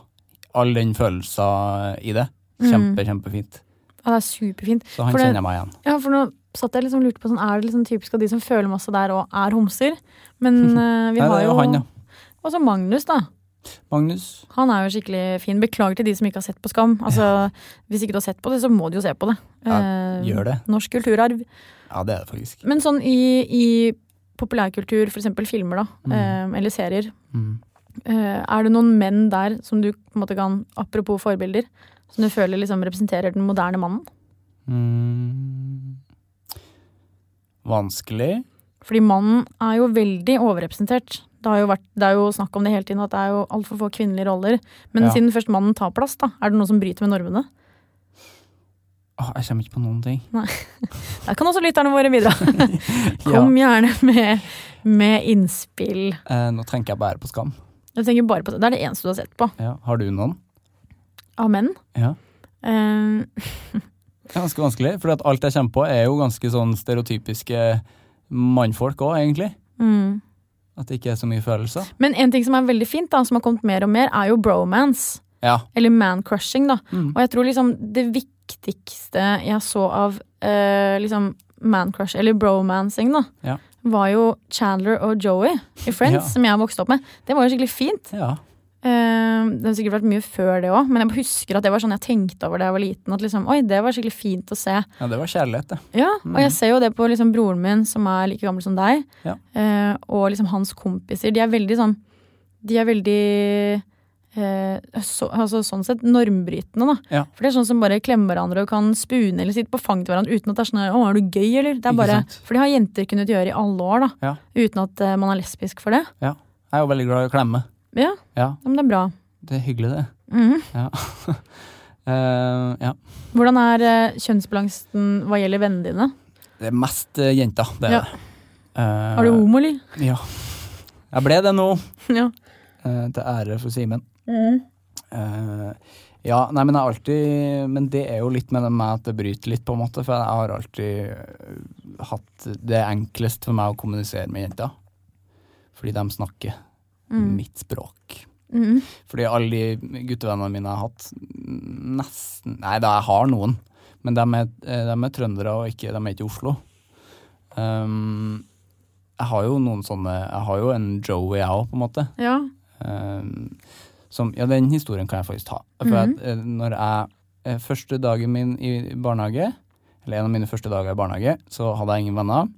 All den følelsen i det. Kjempe, kjempefint.
ja, det er superfint.
Så han
Mm. For det-
kjenner jeg meg igjen.
Ja, for nå satt jeg liksom og lurte på sånn, Er det liksom typisk at de som føler masse der og er homser? Men eh, vi
Nei,
har
det er
jo
jo han, ja.
Og så Magnus, da.
Magnus.
Han er jo skikkelig fin. Beklager til de som ikke har sett på Skam. Altså, Hvis ikke du har sett på det, så må du jo se på det.
Ja,
Eh,
gjør det.
Norsk kulturarv.
Ja, det er det faktisk.
Men sånn i, i populærkultur, for eksempel filmer da, eh, eller serier,
Mm.
eh, er det noen menn der som du på en måte kan, apropos forbilder, som du føler liksom representerer den moderne mannen?
Mm. Vanskelig.
Fordi mannen er jo veldig overrepresentert. Det, har jo vært, det er jo snakk om det hele tiden, at det er jo altfor få kvinnelige roller. Men
Ja.
siden først mannen tar plass, da, er det noe som bryter med normene?
Åh, jeg kommer ikke på noen ting.
Der kan også lytterne våre bidra. Kom gjerne med, med innspill.
Ja. Eh, nå tenker jeg bare på Skam.
Jeg tenker bare på Det Det er det eneste du har sett på.
Ja. Har du noen?
Av menn.
Ja.
Eh,
Det er Ganske vanskelig, for at alt jeg kommer på er jo ganske sånn stereotypiske mannfolk òg, egentlig.
mm.
At det ikke er så mye følelser.
Men en ting som er veldig fint, da, som har kommet mer og mer, er jo bromance.
Ja.
Eller man-crushing, da.
Mm.
Og jeg tror liksom det viktigste jeg så av eh, liksom man-crush, eller bromancing, da,
Ja.
var jo Chandler og Joey i Friends,
Ja.
som jeg vokste opp med. Det var jo skikkelig fint.
ja.
Eh, det har sikkert vært mye før det òg, men jeg husker at det var sånn jeg tenkte over da jeg var liten. At liksom, oi, det var skikkelig fint å se.
Ja, det var kjærlighet, det.
Ja, og jeg ser jo det på liksom broren min, som er like gammel som deg,
Mm. Ja.
eh, og liksom hans kompiser. De er veldig sånn De er veldig eh, så, altså, Sånn sett normbrytende, da.
Ja.
For det er sånn som bare klemmer hverandre og kan spune eller sitte på fanget til hverandre uten at det er sånn 'Å, er du gøy', eller? Det
Ikke
er bare,
sant.
for det har jenter kunnet gjøre i alle år, da.
Ja.
Uten at eh, man er lesbisk for det.
Ja. Jeg er jo veldig glad i å klemme.
Ja,
Ja,
men det er bra.
det er hyggelig, det.
Mhm.
Ja. Eh, ja.
Hvordan er eh, kjønnsbalansen hva gjelder vennene dine?
Det er mest eh, jenter, det er
Ja.
det. Eh,
Er du homo, eller?
Ja. Jeg ble det nå.
ja.
Eh, til ære for Simen. Eh, ja, nei, men jeg har alltid Men det er jo litt med det med at det bryter litt, på en måte. For jeg har alltid eh, hatt det enklest for meg å kommunisere med jenter. Fordi de snakker mitt språk.
Mhm.
Fordi alle de guttevennene mine jeg har hatt, mm, nesten Nei da, jeg har noen, men de er, eh, de er trøndere, og ikke, de er ikke i Oslo. Um, jeg har jo noen sånne Jeg har jo en Joey, jeg òg, på en måte.
ja.
Um, som, ja, den historien kan jeg faktisk ta. For at, eh, når jeg eh, Første dagen min i barnehage, eller en av mine første dager i barnehage, så hadde jeg ingen venner.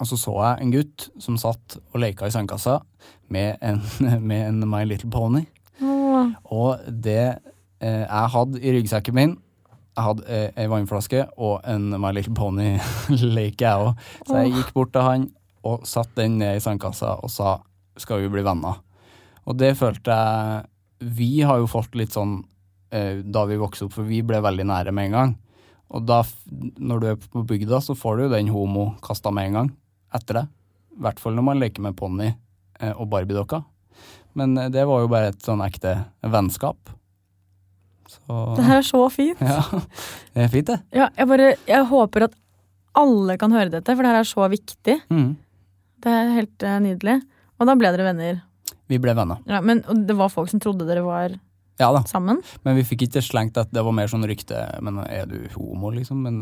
Og så så jeg en gutt som satt og leka i sandkassa med en, med en My Little Pony.
Åh.
Og det eh, jeg hadde i ryggsekken min jeg hadde eh, ei vannflaske og en My Little Pony-leke, jeg òg. Så jeg gikk bort til han og satte den ned i sandkassa og sa skal vi bli venner. Og det følte jeg Vi har jo fått litt sånn eh, da vi vokste opp, for vi ble veldig nære med en gang. Og da, f- når du er på bygda, så får du jo den homo kasta med en gang etter det. I hvert fall når man leker med ponni eh, og Barbie-dokka. Men eh, det var jo bare et sånn ekte vennskap. Så
Det her er så fint.
Ja. Det er fint, det.
Ja, jeg bare Jeg håper at alle kan høre dette, for det her er så viktig.
Mm.
Det er helt eh, nydelig. Og da ble dere venner.
Vi ble venner.
Ja, men og det var folk som trodde dere var
Ja da.
sammen.
Men vi fikk ikke slengt at det var mer sånn rykte Men er du homo, liksom? Men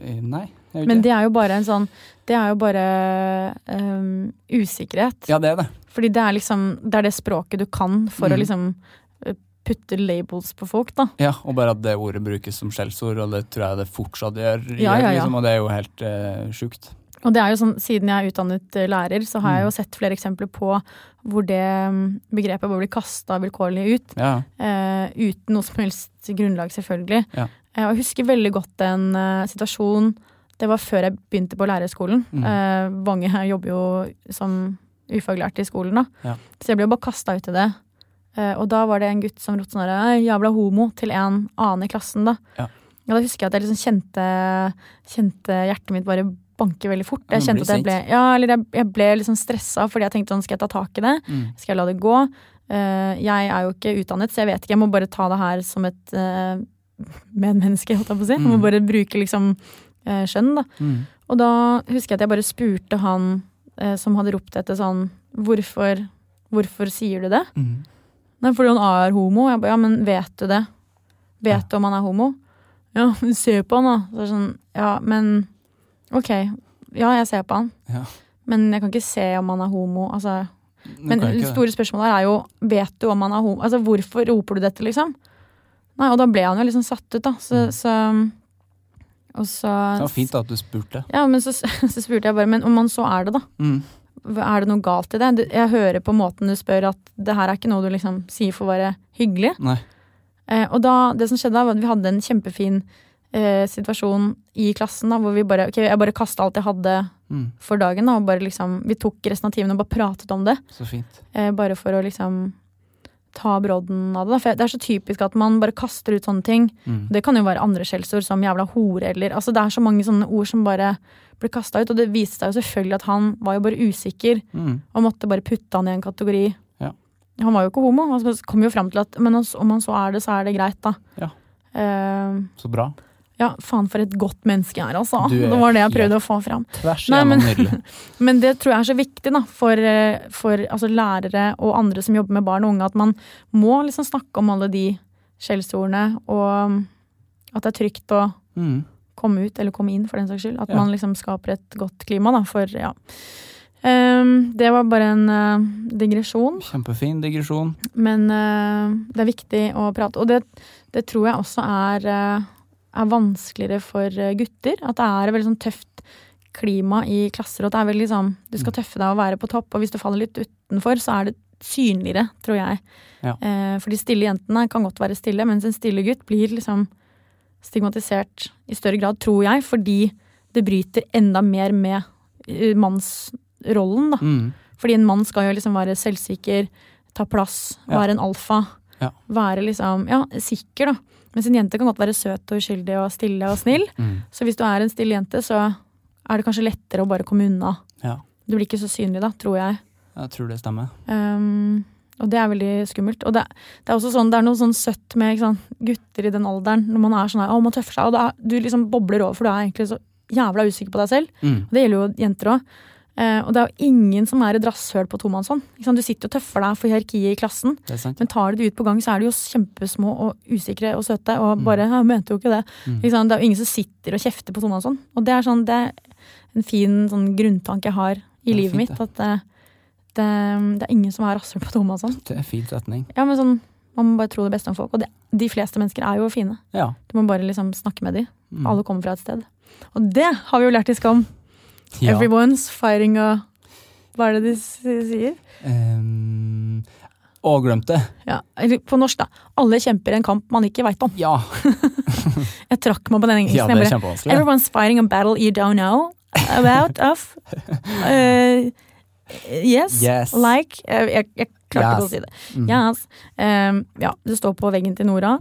eh, nei. Jeg er jo
Mm. Men
ikke.
det er jo bare en sånn Det er jo bare ehm, usikkerhet.
Ja, det er det.
Fordi det er liksom Det er det språket du kan for
Mm.
å liksom eh, putte labels på folk, da.
Ja, og bare at det ordet brukes som skjellsord, og det tror jeg det fortsatt gjør.
Ja, ja, ja.
Liksom, og det er jo helt uh, sjukt.
Og det er jo sånn, siden jeg er utdannet eh, lærer, så har jeg
Mm.
jo sett flere eksempler på hvor det mm, begrepet bare blir kasta vilkårlig ut.
Ja.
Eh, uten noe som helst grunnlag, selvfølgelig.
Ja.
Eh, og jeg husker veldig godt en eh, situasjon Det var før jeg begynte på lærerskolen.
Mm.
Eh, Vange her jobber jo som ufaglært i skolen, da.
Ja.
Så jeg ble jo bare kasta ut i det. Eh, og da var det en gutt som ropte sånn her, «Ei, 'jævla homo' til en annen i klassen, da.
Ja.
Og da husker jeg at jeg liksom kjente, kjente hjertet mitt bare banke veldig fort.
Ja,
Jeg
men
kjente
Mm, blir
at jeg ble, ja, eller jeg, jeg ble liksom stressa fordi jeg tenkte sånn, skal jeg ta tak i det?
Mm.
Skal jeg la det gå? Eh, jeg er jo ikke utdannet, så jeg vet ikke. Jeg må bare ta det her som et eh, medmenneske, holdt jeg på å si. Jeg
Mm.
må bare bruke liksom eh, skjønn, da.
Mm.
Og da husker jeg at jeg bare spurte han eh, som hadde ropt etter sånn Hvorfor, hvorfor sier du det?
Mm.
Nei, fordi han er homo. Jeg bare, ja, men vet du det? Vet du om han er homo? Ja, men se på han, da. Så er det sånn, ja, men ok. Ja, jeg ser på han.
Ja.
Men jeg kan ikke se om han er homo. Altså,
Nå
men
kan jeg
det
ikke det.
store spørsmålet her er jo Vet du om han er homo? Altså, hvorfor roper du dette, liksom? Nei, og da ble han jo liksom satt ut, da. Så, så Og så
Mm. Det var fint at du spurte.
Ja, men så, så spurte jeg bare, men om han så er det, da?
Mm.
Er det noe galt i det? Du- Jeg hører på måten du spør at det her er ikke noe du liksom sier for å være hyggelig.
Nei.
Eh, og da, det som skjedde da, var at vi hadde en kjempefin eh, situasjon i klassen da, hvor vi bare, ok, jeg bare kasta alt jeg hadde
Mm,
for dagen. Da, og bare liksom, vi tok resten av timen og bare pratet om det.
så fint.
Eh, bare for å liksom ta brodden av det. Da. For det er så typisk at man bare kaster ut sånne ting.
Mm.
Det kan jo være andre skjellsord som jævla hore eller altså, Det er så mange sånne ord som bare blir kasta ut. Og det viste seg jo selvfølgelig at han var jo bare usikker
Mm.
og måtte bare putte han i en kategori.
Ja.
Han var jo ikke homo. Han kom jo fram til at men altså, om han så er det, så er det greit, da.
Ja.
Eh,
Så bra.
ja, faen for et godt menneske jeg er, altså.
Du er
Det var det jeg
helt-
prøvde å få fram.
Tvers
Nei,
igjennom
men-
nydelig.
Men det tror jeg er så viktig da, for, eh, for altså, lærere og andre som jobber med barn og unge, at man må liksom snakke om alle de skjellsordene, og um, at det er trygt å
Mm.
komme ut, eller komme inn for den saks skyld. At
Ja.
man liksom skaper et godt klima da, for ja. Ehm, det var bare en eh, digresjon,
Kjempefin digresjon.
men eh, det er viktig å prate. Og det, det tror jeg også er, eh, er vanskeligere for eh, gutter. At det er et veldig sånn tøft klima i klasser. Og at det er veldig sånn, du skal tøffe deg og være på topp, og hvis du faller litt utenfor, så er det synligere, tror jeg.
Ja.
Eh, for de stille jentene kan godt være stille, mens en stille gutt blir liksom stigmatisert i større grad, tror jeg, fordi det bryter enda mer med eh, mannsrollen, da.
Mm.
Fordi en mann skal jo liksom være selvsikker, ta plass,
Ja.
være en alfa.
Ja.
Være liksom, ja, sikker, da. Mens en jente kan godt være søt og uskyldig og stille og snill.
Mm.
Så hvis du er en stille jente, så er det kanskje lettere å bare komme unna.
Ja.
Du blir ikke så synlig da, tror jeg.
Jeg tror det stemmer.
Um, og det er veldig skummelt. Og det, det er også sånn, det er noe sånn søtt med ikke sant, gutter i den alderen, når man er sånn her, å, man tøffer seg, og det er, du liksom bobler over, for du er egentlig så jævla usikker på deg selv.
Mm.
Og det gjelder jo jenter òg. Eh, og det er jo ingen som er et rasshøl på tomannshånd. Ikke sant? Du sitter og tøffer deg for hierarkiet i klassen,
Det er sant.
men tar du det ut på gang, så er de jo kjempesmå og usikre og søte.
Mm.
Og bare 'Jeg mente jo ikke det'. Ikke sant? Det er jo ingen som sitter og kjefter på tomannshånd. Og det er, sånn, det er en fin sånn, grunntanke jeg har i
er
livet
fint,
mitt.
det.
At eh, det, um, det er ingen som er rasshøl på tomannshånd.
Det er en fin setning.
Ja, men sånn, man må bare tro det beste om folk. Og det, de fleste mennesker er jo fine.
Ja.
Du må bare liksom snakke med dem.
Mm.
Alle kommer fra et sted. Og det har vi jo lært i Skam.
ja.
Everyone's fighting a Hva er det de s- sier?
Ehm, og glemt det.
Ja, eller på norsk, da. Alle kjemper en kamp man ikke veit om.
Ja,
Jeg trakk meg på
ja
den engelsen.
det er
jeg bare,
kjempevanskelig.
Everyone's fighting a battle you don't know about of eh, Yes,
Yes.
like eh, Jeg, jeg klarte ikke å si det.
Mm.
Yes. Ehm, ja, det står på veggen til Nora.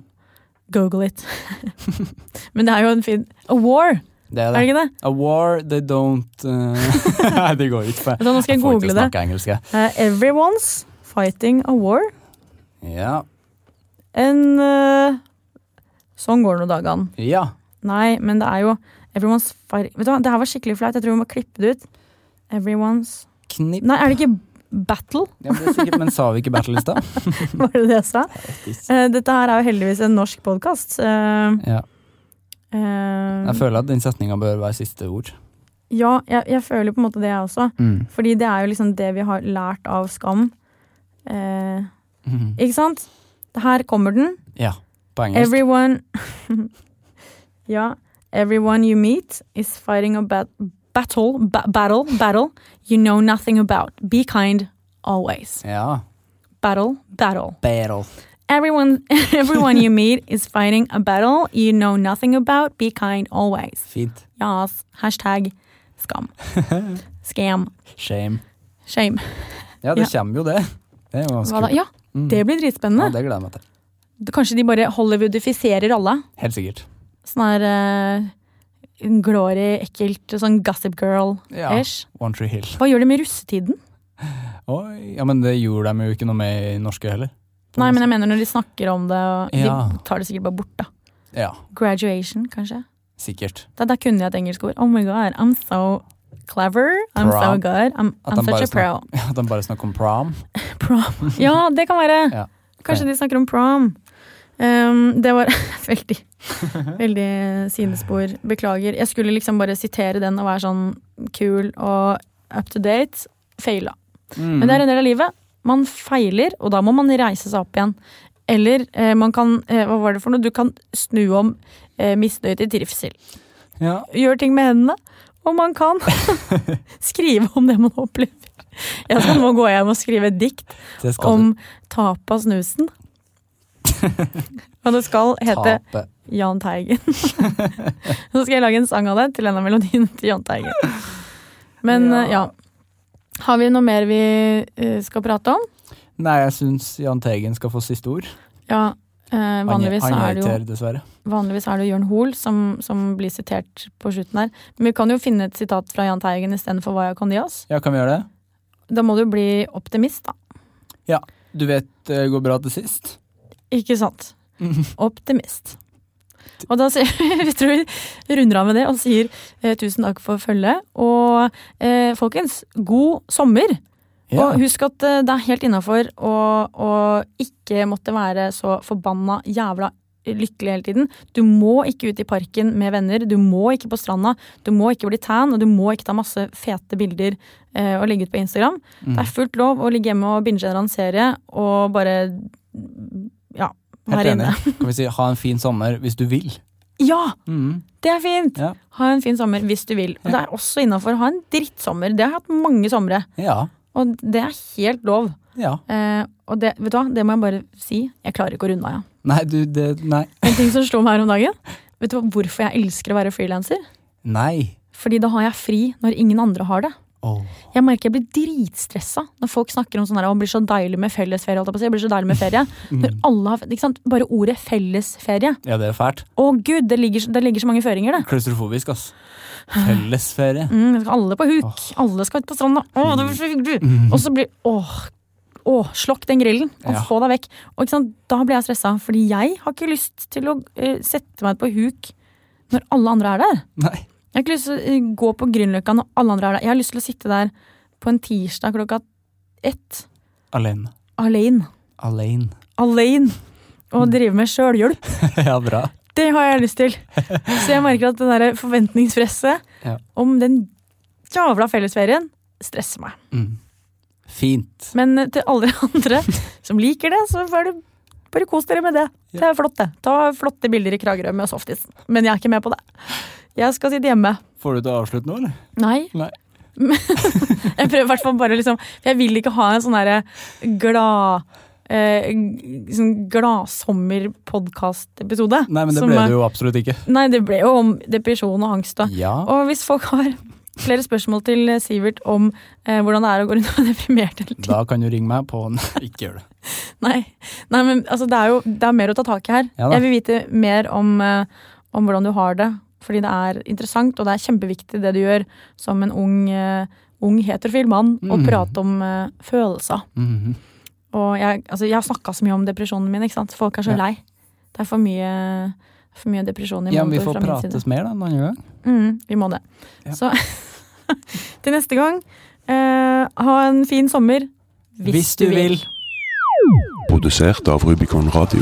Google it. Men det er jo en fin A war,
Det er
er det
det.
ikke det?
A war they don't eh, Nei, det går ikke. for
Vet du hva, Altså, Nå skal
får
jeg
ikke
google det.
snakke engelsk. jeg.
Eh, everyone's fighting a war.
Ja.
En eh, Sånn går det nå dagene.
ja.
Nei, men det er jo Everyone's fire... Vet du hva, det her var skikkelig flaut. Jeg tror vi må klippe det ut. Everyone's
Knip.
Nei, er det ikke battle?
Ja, men, det er sikkert, men sa vi ikke battlelista?
Var det det jeg sa? Eh, Dette her er jo heldigvis en norsk eh, podkast.
Ja. Jeg føler at den setninga bør være siste ord.
Ja, jeg, jeg føler på en måte det, jeg også.
Mm.
Fordi det er jo liksom det vi har lært av Skam. Eh,
Mm.
ikke sant? Her kommer den.
Ja, på engelsk.
Everyone Ja. Everyone you meet is fighting a bat battle, ba battle, battle you know nothing about. Be kind always.
Ja.
Battle, battle.
Battle.
Everyone everyone you meet is fighting a battle you know nothing about. Be kind always.
Fint.
Yes. Hashtag skam. Scam.
Shame.
Shame.
Ja, det
Ja.
kommer jo, det. Det er jo
Hva da?
ganske kult. Mm.
Ja, det blir
Ja,
dritspennende.
det gleder jeg meg til.
Kanskje de bare hollywoodifiserer alle.
Helt sikkert.
Sånn her eh, glory, ekkelt, sånn gossip
Ja.
girl-ish.
One Tree Hill.
Hva gjør det med russetiden?
Oi, ja, men det gjorde de jo ikke noe med i norske heller.
Nei, men jeg mener når de snakker om det, og
Ja.
de tar det sikkert bare bort, da.
Ja,
Graduation, kanskje.
sikkert.
Da, da kunne jeg et engelsk ord. Oh my god, I'm so clever, I'm so
Prom.
good, I'm,
At
I'm
de
such
bare
a pro.
At de bare snakker om prom.
Prom. Ja, det kan være.
Ja.
Kanskje de snakker om prom. Um, det var veldig Veldig sidespor. Beklager. Jeg skulle liksom bare sitere den og være sånn kul og up to date. Faila. Men det er en del av livet. Man feiler, og da må man reise seg opp igjen. Eller eh, man kan eh, Hva var det for noe? Du kan snu om eh, misnøye til trivsel.
Mm. Ja,
Gjøre ting med hendene. Og man kan skrive om det man opplever. Jeg skal nå gå hjem og skrive et dikt
det skal
om tapet av snusen. Og det skal hete
Tape.
Jahn Teigen. Så skal jeg lage en sang av det til en av melodiene til Jahn Teigen. Men
Ja.
eh, ja. Har vi noe mer vi eh, skal prate om?
Nei, jeg syns Jahn Teigen skal få siste ord.
Ja, eh,
Han,
vanligvis,
han
er det jo,
irriterer, dessverre.
vanligvis er det jo Jørn Hoel som, som blir sitert på slutten her. Men vi kan jo finne et sitat fra Jahn Teigen istedenfor Vaya Condias.
Ja, kan vi gjøre det?
Da må du bli optimist, da.
Du vet det går bra til sist?
Ikke sant? Optimist. Og da sier vi tror vi runder av med det og sier eh, tusen takk for følget. Og eh, folkens, god sommer!
Ja.
Og husk at eh, det er helt innafor å, å ikke måtte være så forbanna jævla lykkelig hele tiden. Du må ikke ut i parken med venner, du må ikke på stranda, du må ikke bli tan, og du må ikke ta masse fete bilder eh, og legge ut på Instagram. Det er fullt lov å ligge hjemme og binge en eller annen serie og bare ja,
Helt
være inne.
enig. Kan vi si ha en fin sommer hvis du vil?
Ja!
Mhm.
Det er fint!
Ja.
Ha en fin sommer hvis du vil. Og det er også innafor å ha en drittsommer. Det har jeg hatt mange somre,
Ja.
og det er helt lov.
ja.
Eh, og det, vet du hva, det må jeg bare si. Jeg klarer ikke å runde av, ja.
Nei, du, det Nei.
En ting som slo meg her om dagen. Vet du hva, hvorfor jeg elsker å være frilanser?
Nei.
Fordi da har jeg fri når ingen andre har det.
Åh.
Jeg merker jeg blir dritstressa når folk snakker om sånn her, «Å, det blir så deilig med fellesferie. Holdt jeg på å si. Det blir så deilig med ferie.
Mm.
Når alle har, ikke sant? Bare ordet fellesferie.
Ja, det er fælt.
Å gud, det ligger, så- det ligger så mange føringer, det.
Klaustrofobisk, ass. Fellesferie.
Mm, skal alle på huk. Alle skal ut på stranda. Å, det blir så hyggelig. Og så blir Åh, åh, slokk den grillen og
Mm. Ja.
få deg vekk. Og ikke sant? Da blir jeg stressa, fordi jeg har ikke lyst til å eh, sette meg på huk når alle andre er der.
Nei.
Jeg har ikke lyst til å eh, gå på Grünerløkka når alle andre er der. Jeg har lyst til å sitte der på en tirsdag klokka ett
Alene.
alene.
Alene.
Alene!
Mm.
Og drive med sjølhjelp.
ja, bra.
Det har jeg lyst til. Så jeg merker at det der forventningspresset
Ja.
om den jævla fellesferien stresser meg.
Mm. Fint.
Men eh, til alle andre som liker det, så får du bare kos dere med det. Det er flott, det. Ta flotte bilder i Kragerø med softis. Men jeg er ikke med på det. Jeg skal sitte hjemme.
Får du til å avslutte nå, eller?
Nei.
Nei.
Jeg prøver i hvert fall bare liksom For jeg vil ikke ha en sånn derre glad eh, g- sånn gladsommer-podkast-episode.
Nei, men det
som
ble
er-
det jo absolutt ikke.
Nei, det ble jo om depresjon og angst. Da.
Ja.
Og hvis folk har flere spørsmål til Sivert om eh, hvordan det er å gå rundt og være deprimert hele tiden
Da kan du ringe meg på Ikke gjør det.
Nei, Nei men altså, det er jo det er mer å ta tak i her.
Ja da.
jeg vil vite mer om, eh, om hvordan du har det. Fordi det er interessant, og det er kjempeviktig det du gjør som en ung, eh, ung heterofil mann, å
Mm.
prate om eh, følelser.
Mhm.
Og jeg, altså, jeg har snakka så mye om depresjonen min, ikke sant. Folk er så
Ja.
lei. Det er for mye, for mye depresjon i
Ja, men vi
monitor
får
fra min side.
prates mer da en annen gang.
Mm, vi må det.
Ja.
Så til neste gang, eh, ha en fin sommer.
Hvis du vil.
Produsert av Rubicon Radio.